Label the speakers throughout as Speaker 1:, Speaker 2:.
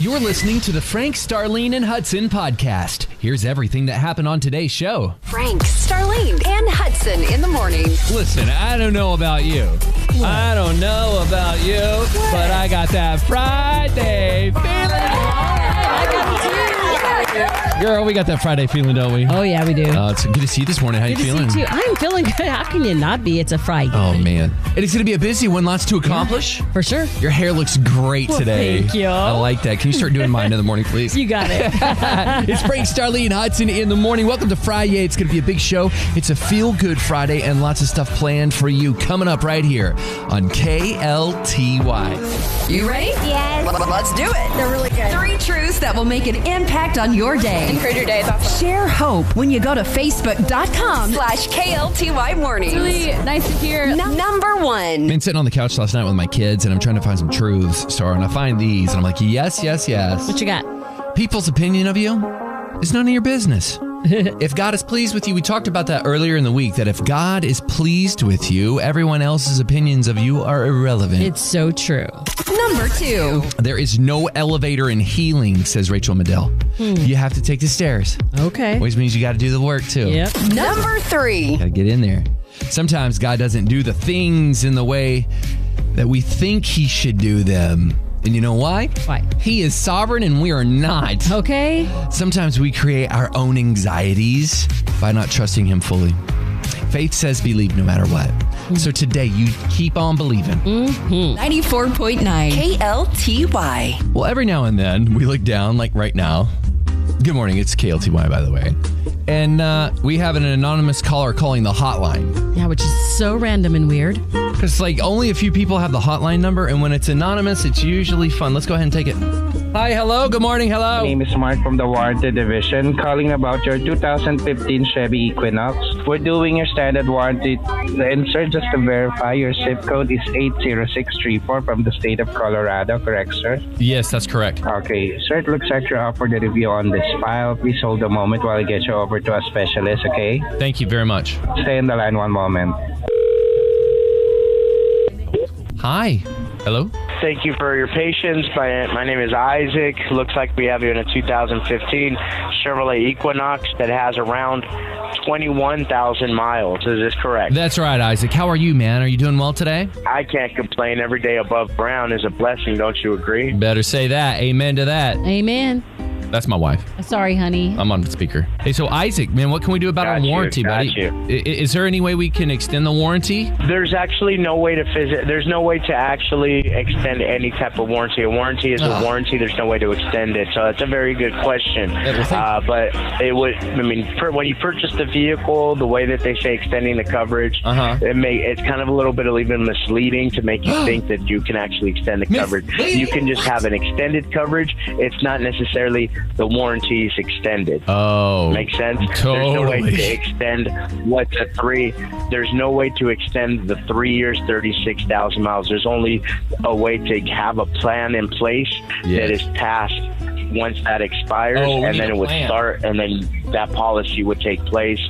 Speaker 1: You're listening to the Frank, Starlene, and Hudson podcast. Here's everything that happened on today's show.
Speaker 2: Frank, Starlene, and Hudson in the morning.
Speaker 1: Listen, I don't know about you. I don't know about you, but I got that Friday feeling. Girl, we got that Friday feeling, don't we?
Speaker 3: Oh yeah, we do.
Speaker 1: Uh, it's good to see you this morning. How
Speaker 3: Good
Speaker 1: you
Speaker 3: to
Speaker 1: feeling?
Speaker 3: see you too. I'm feeling good. How can you not be? It's a Friday.
Speaker 1: Oh man, it is going to be a busy one. Lots to accomplish.
Speaker 3: For sure.
Speaker 1: Your hair looks great
Speaker 3: Well,
Speaker 1: today.
Speaker 3: thank you.
Speaker 1: I like that. Can you start doing mine in the morning, please?
Speaker 3: You got it.
Speaker 1: It's Frank, Starlene, Hudson in the morning. Welcome to Friday. It's going to be a big show. It's a feel good Friday and lots of stuff planned for you coming up right here on KLTY.
Speaker 2: You ready? Yes. Let's do it. They're really good. Three truths that will make an impact on your day. And create your day. Share hope when you go to facebook.com slash KLTY mornings.
Speaker 4: really nice to hear.
Speaker 2: Num- number one.
Speaker 1: Been sitting on the couch last night with my kids and I'm trying to find some truths, Star, and I find these and I'm like, yes, yes, yes.
Speaker 3: what you got?
Speaker 1: People's opinion of you is none of your business. if God is pleased with you, we talked about that earlier in the week that if God is pleased with you, everyone else's opinions of you are irrelevant.
Speaker 3: It's so true.
Speaker 2: Number two.
Speaker 1: There is no elevator in healing, says Rachel Maddow.
Speaker 3: Hmm.
Speaker 1: You have to take the stairs,
Speaker 3: Okay.
Speaker 1: which means you got to do the work too.
Speaker 3: Yep.
Speaker 2: Number three.
Speaker 1: Got to get in there. Sometimes God doesn't do the things in the way that we think He should do them. And you know why?
Speaker 3: Why? Oh.
Speaker 1: He is sovereign and we are not.
Speaker 3: Okay.
Speaker 1: Sometimes we create our own anxieties by not trusting Him fully. Faith says believe no matter what.
Speaker 3: Hmm.
Speaker 1: So today you keep on believing.
Speaker 2: 94.9. KLTY.
Speaker 1: Well, every now and then we look down, like right now. Good morning, it's KLTY, by the way. And uh, we have an anonymous caller calling the hotline.
Speaker 3: Yeah, which is so random and weird.
Speaker 1: Because, like, only a few people have the hotline number, and when it's anonymous, it's usually fun. Let's go ahead and take it. Hi, hello, good morning,
Speaker 5: My
Speaker 1: hello.
Speaker 5: name is Mark from the Warranty Division, calling about your 2015 Chevy Equinox. We're doing your standard warranty. And sir, just to verify, your zip code is 80634 from the state of Colorado, correct, sir?
Speaker 1: Yes, that's correct.
Speaker 5: Okay, sir, it looks like you're up for the review on this file. Please hold a moment while I get you over to a specialist, okay?
Speaker 1: Thank you very much.
Speaker 5: Stay on the line one moment.
Speaker 1: Hi, hello.
Speaker 6: Thank you for your patience. My, my name is Isaac. Looks like we have you in a 2015 Chevrolet Equinox that has around 21,000 miles. Is this correct?
Speaker 1: That's right, Isaac. How are you, man? Are you doing well today?
Speaker 6: I can't complain. Every day above ground is a blessing, don't you agree?
Speaker 1: Better say that. Amen to that.
Speaker 3: Amen.
Speaker 1: That's my wife.
Speaker 3: Sorry, honey.
Speaker 1: I'm on speaker. Hey, so Isaac, man, what can we do about
Speaker 6: Got
Speaker 1: our
Speaker 6: you,
Speaker 1: warranty,
Speaker 6: got
Speaker 1: buddy?
Speaker 6: you.
Speaker 1: I- I- is there any way we can extend the warranty?
Speaker 6: There's actually no way to phys- There's no way to actually extend any type of warranty. A warranty is
Speaker 1: Ugh.
Speaker 6: a warranty. There's no way to extend it. So that's a very good question.
Speaker 1: well, thank
Speaker 6: uh, but it would. I mean, per, when you purchase the vehicle, the way that they say extending the coverage,
Speaker 1: Uh-huh.
Speaker 6: it may. It's kind of a little bit of even misleading to make you think that you can actually extend the coverage. You can just have an extended coverage. It's not necessarily the warranty is extended.
Speaker 1: Oh,
Speaker 6: Make sense? There's no way to extend what's a three. There's no way to extend the three years, 36,000 miles. There's only a way to have a plan in place
Speaker 1: Yes.
Speaker 6: that is passed once that expires,
Speaker 1: Oh, we
Speaker 6: and
Speaker 1: need
Speaker 6: then
Speaker 1: a
Speaker 6: it would
Speaker 1: plan.
Speaker 6: start, and then that policy would take place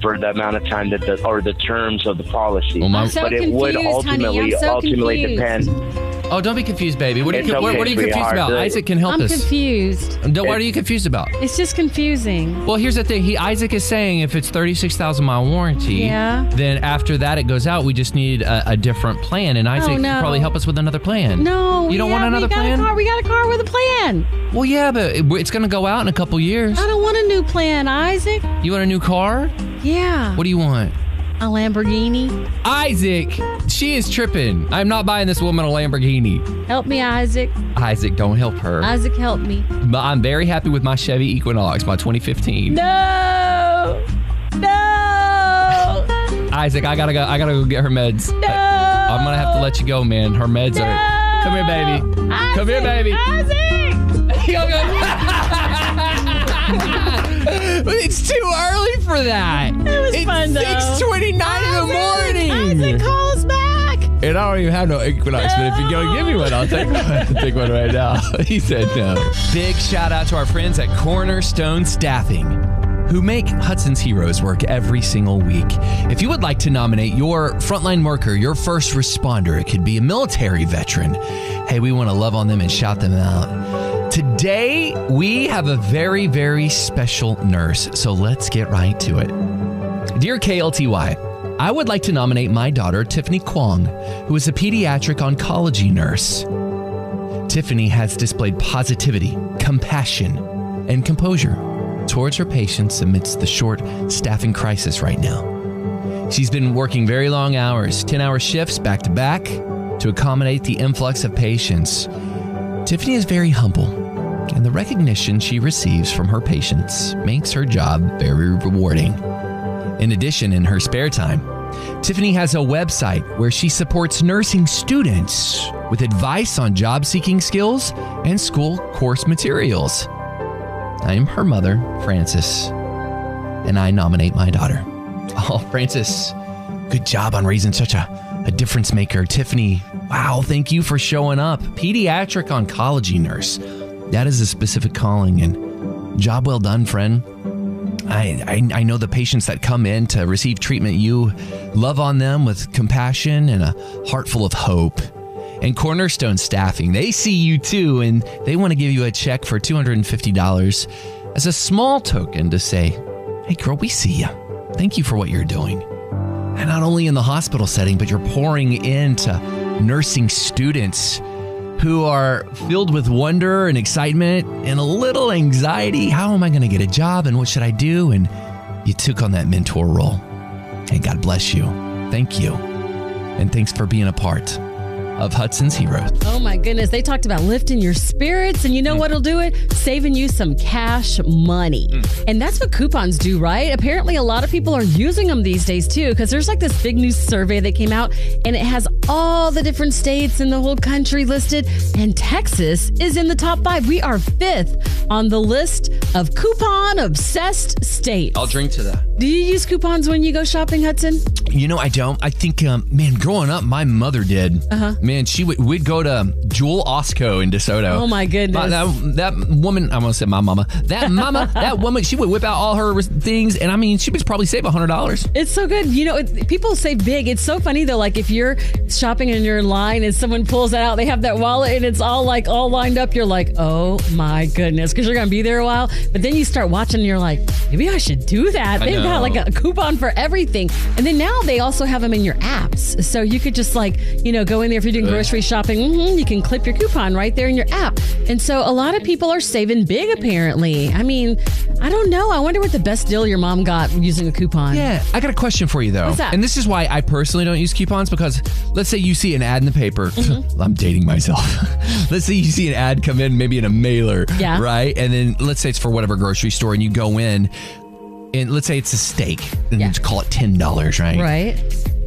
Speaker 6: for the amount of time that the or the terms of the policy.
Speaker 1: Well, my- I'm
Speaker 3: so
Speaker 6: but it would
Speaker 3: confused, honey. I'm
Speaker 6: ultimately
Speaker 3: so
Speaker 6: ultimately
Speaker 3: confused.
Speaker 6: depend.
Speaker 1: Oh, don't be confused, baby. What are you,
Speaker 6: It's
Speaker 1: con- what,
Speaker 6: okay,
Speaker 1: what are you confused
Speaker 6: sweetheart.
Speaker 1: about?
Speaker 6: The-
Speaker 1: Isaac can help
Speaker 3: I'm
Speaker 1: us.
Speaker 3: confused.
Speaker 1: Don't- what are you confused about?
Speaker 3: It's just confusing.
Speaker 1: Well, here's the thing. He Isaac is saying if it's 36,000 mile warranty,
Speaker 3: Yeah.
Speaker 1: then after that it goes out, we just need a, a different plan. And Isaac can
Speaker 3: Oh, no.
Speaker 1: probably help us with another plan.
Speaker 3: No.
Speaker 1: You don't
Speaker 3: yeah,
Speaker 1: want another
Speaker 3: we got
Speaker 1: plan?
Speaker 3: A car. We got a car with a plan.
Speaker 1: Well, yeah, but it- it's going to go out in a couple years.
Speaker 3: I don't want a new plan, Isaac.
Speaker 1: You want a new car?
Speaker 3: Yeah.
Speaker 1: What do you want?
Speaker 3: A Lamborghini.
Speaker 1: Isaac, she is tripping. I'm not buying this woman a Lamborghini.
Speaker 3: Help me, Isaac.
Speaker 1: Isaac, don't help her.
Speaker 3: Isaac, help me.
Speaker 1: but I'm very happy with my Chevy Equinox, my 2015.
Speaker 3: No. No.
Speaker 1: Isaac, I gotta go. I gotta go get her meds. I, am gonna have to let you go, man. Her meds are. Come here, baby. Come here, baby. But it's too early for that. It
Speaker 3: was
Speaker 1: it's
Speaker 3: fun, though.
Speaker 1: 6:29 in the morning.
Speaker 3: Isaac, call us back.
Speaker 1: And I don't even have no Equinox, but if you go give me one, I'll take one. I'll take one right now. He said no. Big shout out to our friends at Cornerstone Staffing. Who make Hudson's Heroes work every single week? If you would like to nominate your frontline worker, your first responder, it could be a military veteran. Hey, we want to love on them and shout them out. Today, Today, we have a very, very special nurse, so let's get right to it. Dear KLTY, I would like to nominate my daughter, Tiffany Kwong, who is a pediatric oncology nurse. Tiffany has displayed positivity, compassion, and composure towards her patients amidst the short staffing crisis right now. She's been working very long hours, 10 hour shifts back to back, to accommodate the influx of patients. Tiffany is very humble, and the recognition she receives from her patients makes her job very rewarding. In addition, in her spare time, Tiffany has a website where she supports nursing students with advice on job seeking skills and school course materials. I am her mother, Frances, and I nominate my daughter. Oh, Frances, good job on raising such a, a difference maker. Tiffany, wow, thank you for showing up. Pediatric oncology nurse. That is a specific calling and job well done, friend. I, I, I know the patients that come in to receive treatment, you love on them with compassion and a heart full of hope. And Cornerstone Staffing, they see you too, and they want to give you a check for $250 as a small token to say, hey, girl, we see you. Thank you for what you're doing. And not only in the hospital setting, but you're pouring into nursing students who are filled with wonder and excitement and a little anxiety. How am I going to get a job and what should I do? And you took on that mentor role. And God bless you. Thank you. And thanks for being a part of Hudson's Heroes.
Speaker 3: Oh my goodness. They talked about lifting your spirits, and you know what'll do it? Saving you some cash money. And that's what coupons do, right? Apparently, a lot of people are using them these days too, because there's like this big new survey that came out, and it has all the different states in the whole country listed. And Texas is in the top five. We are fifth on the list of coupon obsessed states.
Speaker 1: drink to that.
Speaker 3: do you use coupons when you go shopping, Hudson?
Speaker 1: You know, I don't. I think, um, man, growing up, my mother did. Uh-huh. Man, she would we'd go to Jewel Osco in DeSoto.
Speaker 3: Oh, my goodness.
Speaker 1: that, that woman, I almost said my mama. That mama, that woman, she would whip out all her things, and I mean, she was probably save hundred dollars.
Speaker 3: It's so good. You know, it, people say big. It's so funny though. Like if you're shopping and you're in line and someone pulls that out, they have that wallet and it's all like all lined up. You're like, oh my goodness, because you're gonna be there a while. But then you start watching and you're like, maybe I should do that.
Speaker 1: I
Speaker 3: They've
Speaker 1: know.
Speaker 3: got like a coupon for everything. And then now they also have them in your apps, so you could just like you know go in there if you're doing grocery shopping. hmm you can clip your coupon right there in your app. And so a lot of people are saving big apparently. I mean, I don't know. I wonder what the best deal your mom got using a coupon.
Speaker 1: Yeah, I got a question for you though.
Speaker 3: What's that?
Speaker 1: And this is why I personally don't use coupons because let's say you see an ad in the paper.
Speaker 3: Mm-hmm.
Speaker 1: I'm dating myself. let's say you see an ad come in, maybe in a mailer,
Speaker 3: Yeah.
Speaker 1: right? And then let's say it's for whatever grocery store, and you go in, and let's say it's a steak, and
Speaker 3: Yeah.
Speaker 1: just call it ten dollars, right?
Speaker 3: Right?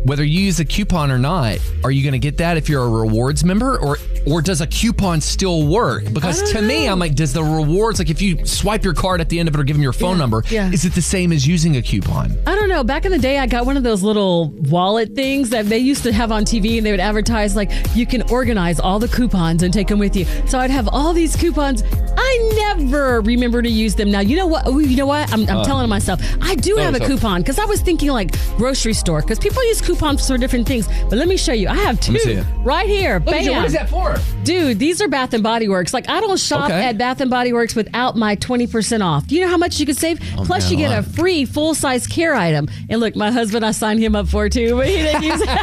Speaker 1: Whether you use a coupon or not, are you going to get that if you're a rewards member, or or does a coupon still work? Because to me, I'm like, does the rewards like if you swipe your card at the end of it or give them your phone number,
Speaker 3: yeah.
Speaker 1: is it the same as using a coupon?
Speaker 3: I don't know. Back in the day, I got one of those little wallet things that they used to have on TV, and they would advertise like you can organize all the coupons and take them with you. So I'd have all these coupons. I never remember to use them. Now you know what? Ooh, You know what? I'm, I'm telling myself I do have a
Speaker 1: Uh. yourself.
Speaker 3: coupon because I was thinking like grocery store because people use coupons for different things. But let me show you. I have two
Speaker 1: me see it.
Speaker 3: right here. Bam.
Speaker 1: for?
Speaker 3: Dude, these are Bath and Body Works. Like I don't shop
Speaker 1: Okay.
Speaker 3: at Bath and Body Works without my 20% off. You know how much you could save? Plus
Speaker 1: Oh, man,
Speaker 3: you
Speaker 1: a
Speaker 3: get a
Speaker 1: lot.
Speaker 3: free full-size care item. And look, my husband I signed him up for too, but he didn't use it. so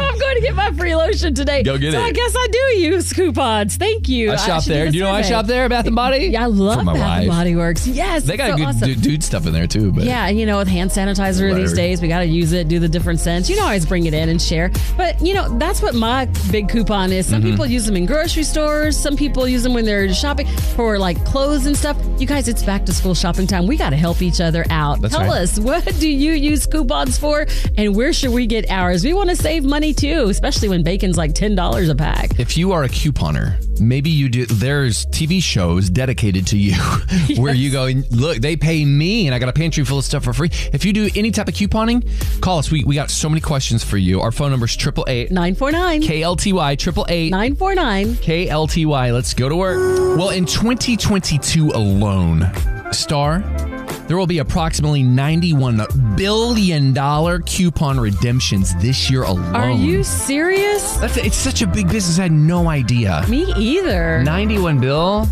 Speaker 3: I'm going to get my free lotion today.
Speaker 1: Go get
Speaker 3: so
Speaker 1: it.
Speaker 3: I guess I do use coupons. Thank you.
Speaker 1: I shop
Speaker 3: should
Speaker 1: there.
Speaker 3: the
Speaker 1: Do you know I
Speaker 3: survey.
Speaker 1: shop there, Bath and Body?
Speaker 3: Yeah, I love
Speaker 1: For
Speaker 3: Bath
Speaker 1: my
Speaker 3: and
Speaker 1: wife.
Speaker 3: Body Works. Yes.
Speaker 1: They got
Speaker 3: it's so
Speaker 1: good
Speaker 3: awesome.
Speaker 1: du- dude stuff in there too, but
Speaker 3: Yeah, you know, with hand sanitizer these
Speaker 1: Whatever.
Speaker 3: days, we got to use it, do the different scents. You know, I always bring it in and share. But, you know, that's what my big coupon is.
Speaker 1: Mm-hmm.
Speaker 3: Some people use them in grocery stores, some people use them when they're shopping for like clothes and stuff. You guys, it's back to school shopping time. We got to help each other out.
Speaker 1: That's
Speaker 3: Tell
Speaker 1: right.
Speaker 3: us, what do you use coupons for and where should we get ours? We want to save money too, especially when bacon's like $10 a pack.
Speaker 1: if you are a couponer, maybe you do. There's TV shows dedicated to you where you go and look. They pay me, and I got a pantry full of stuff for free. If you do any type of couponing, call us. We we got so many questions for you. Our phone number is triple eight
Speaker 3: 949
Speaker 1: KLTY triple eight
Speaker 3: 949.
Speaker 1: KLTY. Let's go to work. Well, in 2022 alone, Star, there will be approximately $91 billion coupon redemptions this year alone.
Speaker 3: Are you serious?
Speaker 1: That's, it's such a big business. I had no idea.
Speaker 3: Me either.
Speaker 1: 91 bill?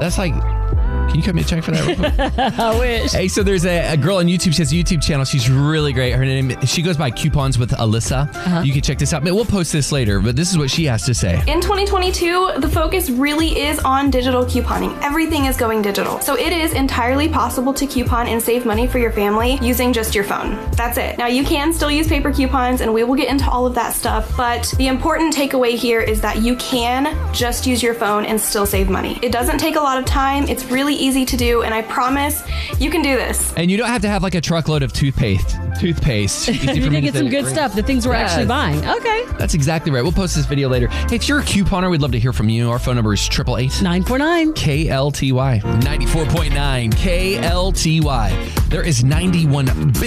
Speaker 1: That's like, can you cut me a check for that? Real quick?
Speaker 3: I wish.
Speaker 1: Hey, so there's a, a girl on YouTube. She has a YouTube channel. She's really great. Her name, she goes by Coupons with Alyssa. You can check this out. Man, We'll post this later, but this is what she has to say.
Speaker 7: In 2022, the focus really is on digital couponing. Everything is going digital. So it is entirely possible to coupon and save money for your family using just your phone. That's it. Now, you can still use paper coupons, and we will get into all of that stuff. But the important takeaway here is that you can just use your phone and still save money. It doesn't take a lot of time, it's really easy to do, and I promise you can do this.
Speaker 1: And you don't have to have like a truckload of toothpaste. Toothpaste.
Speaker 3: You did get some good stuff, the things we're actually
Speaker 1: Yes.
Speaker 3: buying. Okay.
Speaker 1: That's exactly right. We'll post this video later. Hey, if you're a couponer, we'd love to hear from you. Our phone number is 888
Speaker 3: 949.
Speaker 1: KLTY 94.9 KLTY. There is $91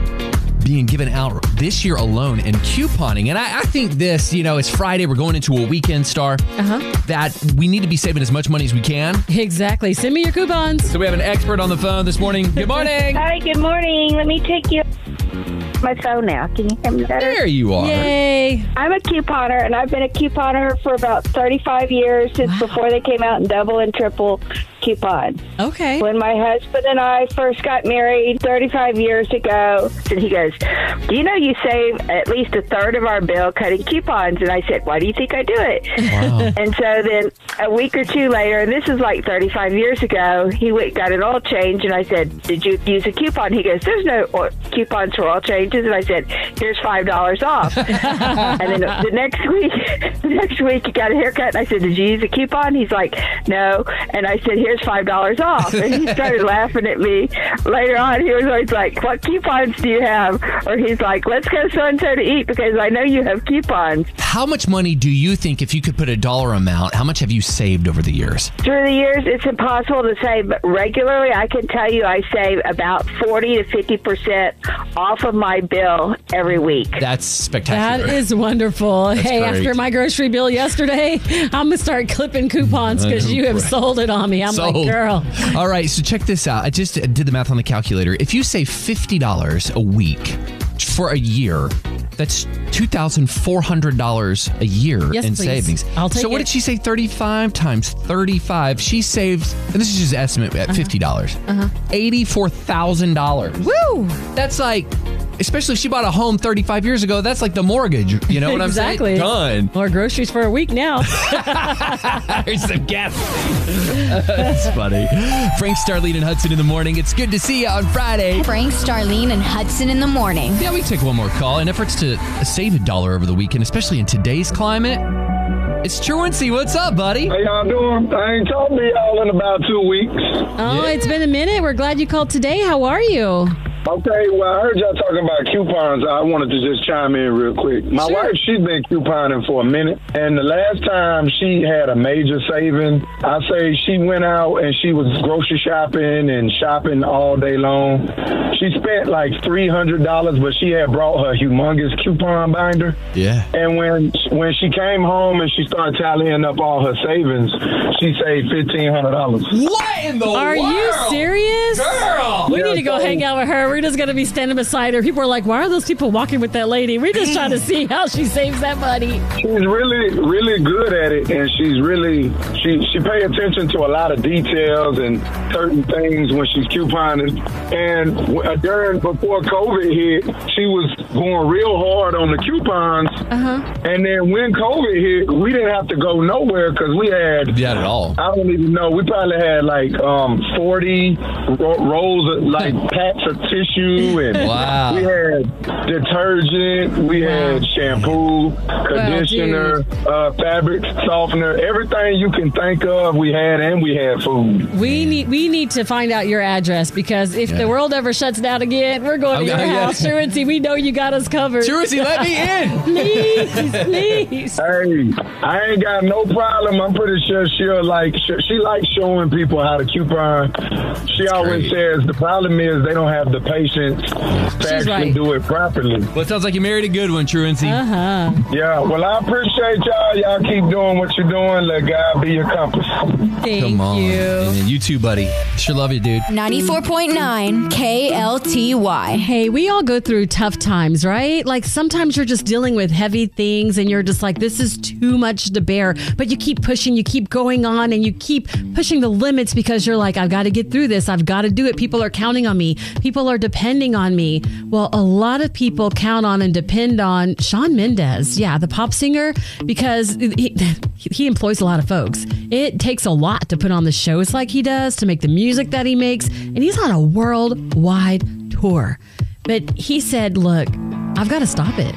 Speaker 1: billion being given out this year alone in couponing. And I, I think this, you know, it's Friday. We're going into a weekend star
Speaker 3: Uh-huh.
Speaker 1: that we need to be saving as much money as we can.
Speaker 3: Exactly. Send me your coupons.
Speaker 1: So we have an expert on the phone this morning. Good morning.
Speaker 8: Hi, good morning. Let me take you my phone now. Can you hear me better?
Speaker 1: there you are.
Speaker 3: Yay.
Speaker 8: I'm a couponer, and I've been a couponer for about 35 years since before they came out in double and triple coupons.
Speaker 3: Okay.
Speaker 8: When my husband and I first got married 35 years ago, and he goes, "Do you know you save at least a third of our bill cutting coupons?" And I said, "Why do you think I do it?"
Speaker 1: Wow.
Speaker 8: And so then a week or two later, and this is like 35 years ago, he went, got an oil change, and I said, "Did you use a coupon?" He goes, "There's no oil, coupons for oil changes," and I said, "Here's five dollars off." and then the next week, the next week, he got a haircut, and I said, "Did you use a coupon?" He's like, "No," and I said, "Here's five dollars off," and he started laughing at me. Later on, he was always like, "What coupons do you have?" Or he's like, "Let's go so and so to eat because I know you have coupons."
Speaker 1: How much money do you think, if you could put a dollar amount, how much have you saved over the years?
Speaker 8: Through the years, it's impossible to save but regularly. I can tell you I save about 40 to 50% off of my bill every week.
Speaker 1: That's
Speaker 3: That
Speaker 1: spectacular.
Speaker 3: is wonderful. hey,
Speaker 1: great.
Speaker 3: after my grocery bill yesterday, I'm gonna start clipping coupons because you have
Speaker 1: Uh, Right.
Speaker 3: sold it on me. I'm
Speaker 1: Sold.
Speaker 3: like, girl,
Speaker 1: All right, so check this out. I just did the math on the calculator. If you save fifty dollars a week for a year, that's two thousand four hundred dollars a year
Speaker 3: Yes,
Speaker 1: in
Speaker 3: please.
Speaker 1: savings.
Speaker 3: I'll take
Speaker 1: so what
Speaker 3: it.
Speaker 1: did she say? Thirty-five times thirty-five. She saves, and this is just an estimate
Speaker 3: Uh-huh.
Speaker 1: at fifty dollars, eighty-four thousand dollars.
Speaker 3: woo.
Speaker 1: That's like. Especially if she bought a home 35 years ago, that's like the mortgage. You know what I'm
Speaker 3: exactly.
Speaker 1: saying? Done.
Speaker 3: More groceries for a week now.
Speaker 1: There's some gas. That's funny. Frank Starlead and Hudson in the morning. It's good to see you on Friday.
Speaker 2: Frank, Starlene, and Hudson in the morning.
Speaker 1: Yeah, we can take one more call. In efforts to save a dollar over the weekend, especially in today's climate, it's truancy. What's up, buddy?
Speaker 5: How y'all doing? I ain't talking to y'all in about two weeks.
Speaker 3: oh,
Speaker 1: Yeah.
Speaker 3: it's been a minute. We're glad you called today. How are you?
Speaker 5: Okay, well, I heard y'all talking about coupons. I wanted to just chime in real quick. My wife, she's been couponing for a minute, and the last time she had a major saving, I say she went out and she was grocery shopping and shopping all day long. She spent like three hundred dollars, but she had brought her humongous coupon binder.
Speaker 1: Yeah.
Speaker 5: And when when she came home and she started tallying up all her savings, she saved fifteen hundred dollars.
Speaker 1: What in the
Speaker 3: Are you serious?
Speaker 1: Girl!
Speaker 3: We need to go hang out with her. We're just going to be standing beside her. People are like, why are those people walking with that lady? We're just trying to see how she saves that money.
Speaker 5: She's really, really good at it, and she's really she she pay attention to a lot of details and certain things when she's couponing. And w- uh, during before COVID hit, she was going real hard on the coupons. And then when COVID hit, we didn't have to go nowhere because we had
Speaker 1: Yeah, at all.
Speaker 5: I don't even know. We probably had like um, uh, 40 ro- rolls of like packs of tissue, and
Speaker 1: Wow.
Speaker 5: we had detergent, we had shampoo, conditioner, uh, fabric softener, everything you can think of. We had, and we had food.
Speaker 3: We need we need to find out your address because if
Speaker 1: Yeah.
Speaker 3: the world ever shuts down again, we're going to
Speaker 1: Okay,
Speaker 3: your
Speaker 1: yeah.
Speaker 3: house. Truancy, we know you got us covered.
Speaker 1: Truancy, let me in.
Speaker 3: please, please.
Speaker 5: Hey, I ain't got no problem. I'm pretty sure she'll like. She, she likes showing people how to coupon. She always
Speaker 1: great.
Speaker 5: says the problem is they don't have the patience to actually
Speaker 3: right.
Speaker 5: do it properly.
Speaker 1: Well, it sounds like you married a good one, Truancy.
Speaker 3: Uh-huh.
Speaker 5: Yeah, well, I appreciate y'all. Y'all keep doing what you're doing. Let God be your compass.
Speaker 3: Thank
Speaker 1: Come on.
Speaker 3: you.
Speaker 1: And you too, buddy. Sure love you, dude.
Speaker 2: 94.9 KLTY.
Speaker 3: Hey, we all go through tough times, right? Like sometimes you're just dealing with heavy things and you're just like, this is too much to bear. But you keep pushing, you keep going on, and you keep pushing the limits because you're like, I've got to get through this. I've got to do it. People are counting on me. People are depending on me. Well, a lot of people count on and depend on Sean Mendez. Yeah, the pop singer, because he, he employs a lot of folks. It takes a lot to put on the shows like he does, to make the music that he makes. And he's on a worldwide tour. But he said, Look, I've got to stop it.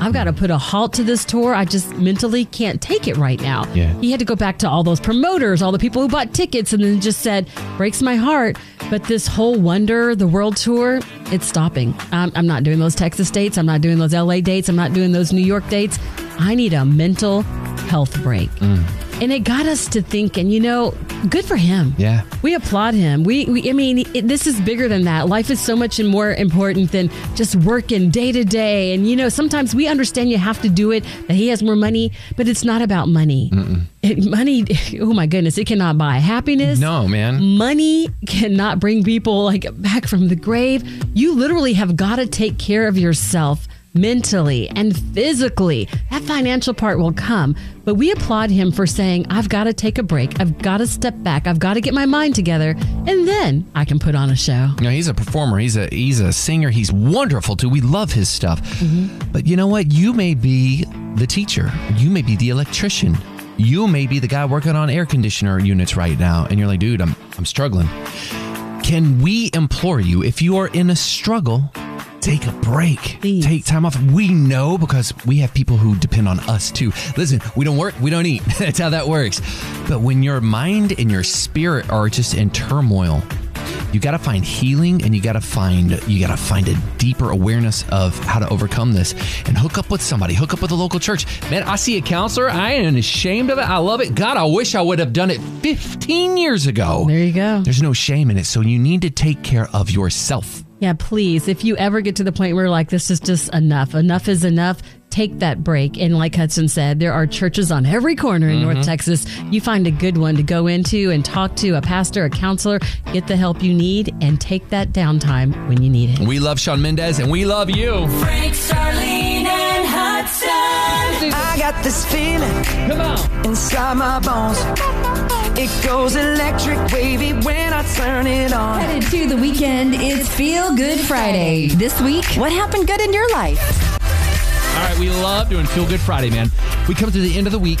Speaker 3: I've got to put a halt to this tour. I just mentally can't take it right now.
Speaker 1: Yeah.
Speaker 3: He had to go back to all those promoters, all the people who bought tickets, and then just said, breaks my heart. But this whole Wonder, the world tour, it's stopping. I'm, I'm not doing those Texas dates. I'm not doing those LA dates. I'm not doing those New York dates. I need a mental health break.
Speaker 1: Mm.
Speaker 3: And it got us to thinking, you know, good for him.
Speaker 1: Yeah.
Speaker 3: We applaud him. We, we I mean, it, this is bigger than that. Life is so much and more important than just working day to day. And you know, sometimes we understand you have to do it. That he has more money, but it's not about money. It, money, oh my goodness, it cannot buy happiness.
Speaker 1: No, man.
Speaker 3: Money cannot bring people like back from the grave. You literally have got to take care of yourself mentally and physically. That financial part will come. But we applaud him for saying, I've got to take a break. I've got to step back. I've got to get my mind together. And then I can put on a show.
Speaker 1: You know, he's a performer. He's a he's a singer. He's wonderful too. We love his stuff. But you know what? You may be the teacher. You may be the electrician. You may be the guy working on air conditioner units right now, and you're like, dude, I'm I'm struggling. Can we implore you if you are in a struggle? Take a break.
Speaker 3: Please.
Speaker 1: Take time off. We know because we have people who depend on us too. Listen, we don't work, we don't eat. That's how that works. But when your mind and your spirit are just in turmoil, you got to find healing and you got to find you got to find a deeper awareness of how to overcome this and hook up with somebody hook up with a local church man i see a counselor i ain't ashamed of it i love it god i wish i would have done it 15 years ago
Speaker 3: There you go.
Speaker 1: there's no shame in it so you need to take care of yourself
Speaker 3: Yeah, please. If you ever get to the point where like this is just enough, enough is enough, take that break. And like Hudson said, there are churches on every corner in North Texas. You find a good one to go into and talk to a pastor, a counselor, get the help you need, and take that downtime when you need it.
Speaker 1: we love sean mendez and we love you
Speaker 9: Frank, Charlene, and Hudson.
Speaker 10: I got this feeling inside my bones. It goes electric wavy when I turn it on.
Speaker 2: Headed to the weekend, it's Feel Good Friday. This week, what happened good in your life?
Speaker 1: All right, we love doing Feel Good Friday, man. We come to the end of the week.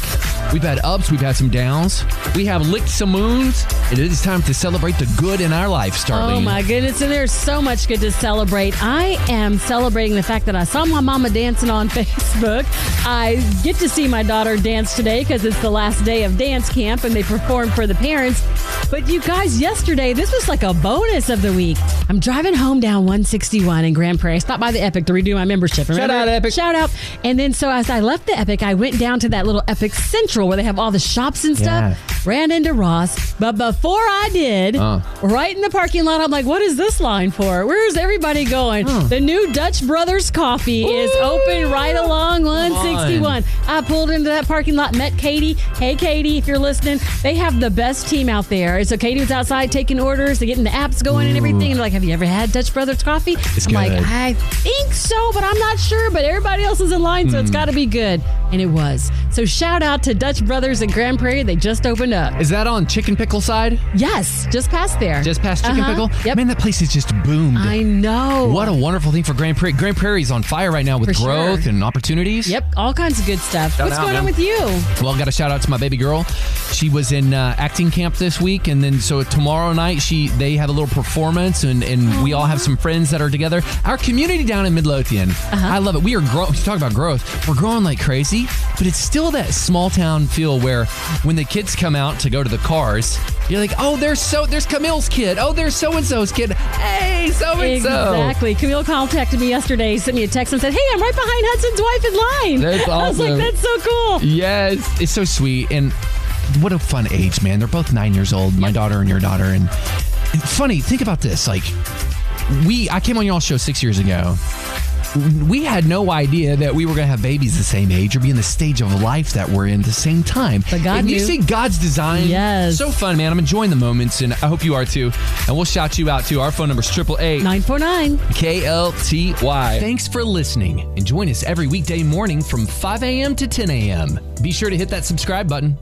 Speaker 1: We've had ups, we've had some downs, we have licked some moons, and it is time to celebrate the good in our life, Starling.
Speaker 3: Oh my goodness, and there's so much good to celebrate. I am celebrating the fact that I saw my mama dancing on Facebook. I get to see my daughter dance today because it's the last day of dance camp and they perform for the parents. But you guys, yesterday, this was like a bonus of the week. I'm driving home down 161 in Grand Prairie. I stopped by the Epic to redo my membership. Remember?
Speaker 1: out, Epic.
Speaker 3: Shout out. And then so as I left the Epic, I went down to that little Epic Central where they have all the shops and stuff. Ran into Ross. But before I did, right in the parking lot, I'm like, what is this line for? Where's everybody going? The new Dutch Brothers Coffee is open right along 161. I pulled into that parking lot, met Katie. Hey, Katie, if you're listening, they have the best team out there. And so Katie was outside taking orders, they're getting the apps going and everything. And they're like, have you ever had Dutch Brothers Coffee?
Speaker 1: It's
Speaker 3: I'm like,
Speaker 1: good.
Speaker 3: I think so, but I'm not sure. But everybody else is in line, so it's
Speaker 1: Hmm.
Speaker 3: got to be good. And it was. So shout out to Dutch Brothers in Grand Prairie. They just opened up.
Speaker 1: Is that on Chicken Pickle side?
Speaker 3: Yes, just past there.
Speaker 1: Just past Chicken
Speaker 3: Uh-huh.
Speaker 1: Pickle?
Speaker 3: Yep.
Speaker 1: Man, that place has just boomed.
Speaker 3: I know.
Speaker 1: what a wonderful thing for Grand Prairie. Grand Prairie's on fire right now with
Speaker 3: For sure.
Speaker 1: growth and opportunities.
Speaker 3: Yep, all kinds of good stuff.
Speaker 1: Shout
Speaker 3: What's
Speaker 1: out,
Speaker 3: going
Speaker 1: man.
Speaker 3: on with you?
Speaker 1: Well, got a shout out to my baby girl. She was in uh, acting camp this week, and then so tomorrow night she they have a little performance, and and we all have some friends that are together. Our community down in Midlothian, I love it. We are growing. Talk about growth. We're growing like crazy, but it's still that small town feel where when the kids come out to go to the cars, you're like, oh, there's so there's Camille's kid. Oh, there's so and so's kid. Hey, so and so.
Speaker 3: Exactly. Camille contacted me yesterday, sent me a text and said, Hey, I'm right behind Hudson's wife in line.
Speaker 1: That's
Speaker 3: I was like,
Speaker 1: awesome.
Speaker 3: That's so cool.
Speaker 1: Yes, it's so sweet and what a fun age, man. They're both nine years old, my daughter and your daughter. And, and funny, think about this: like we I came on y'all show six years ago. We had no idea that we were going to have babies the same age or be in the stage of life that we're in at the same time. But
Speaker 3: God
Speaker 1: and you
Speaker 3: knew.
Speaker 1: see God's design. Yes. So fun, man. I'm enjoying the moments, and I hope you are too. And we'll shout you out too. Our phone number is 888
Speaker 3: 949
Speaker 1: KLTY. Thanks for listening. And join us every weekday morning from 5 a.m. to 10 a.m. Be sure to hit that subscribe button.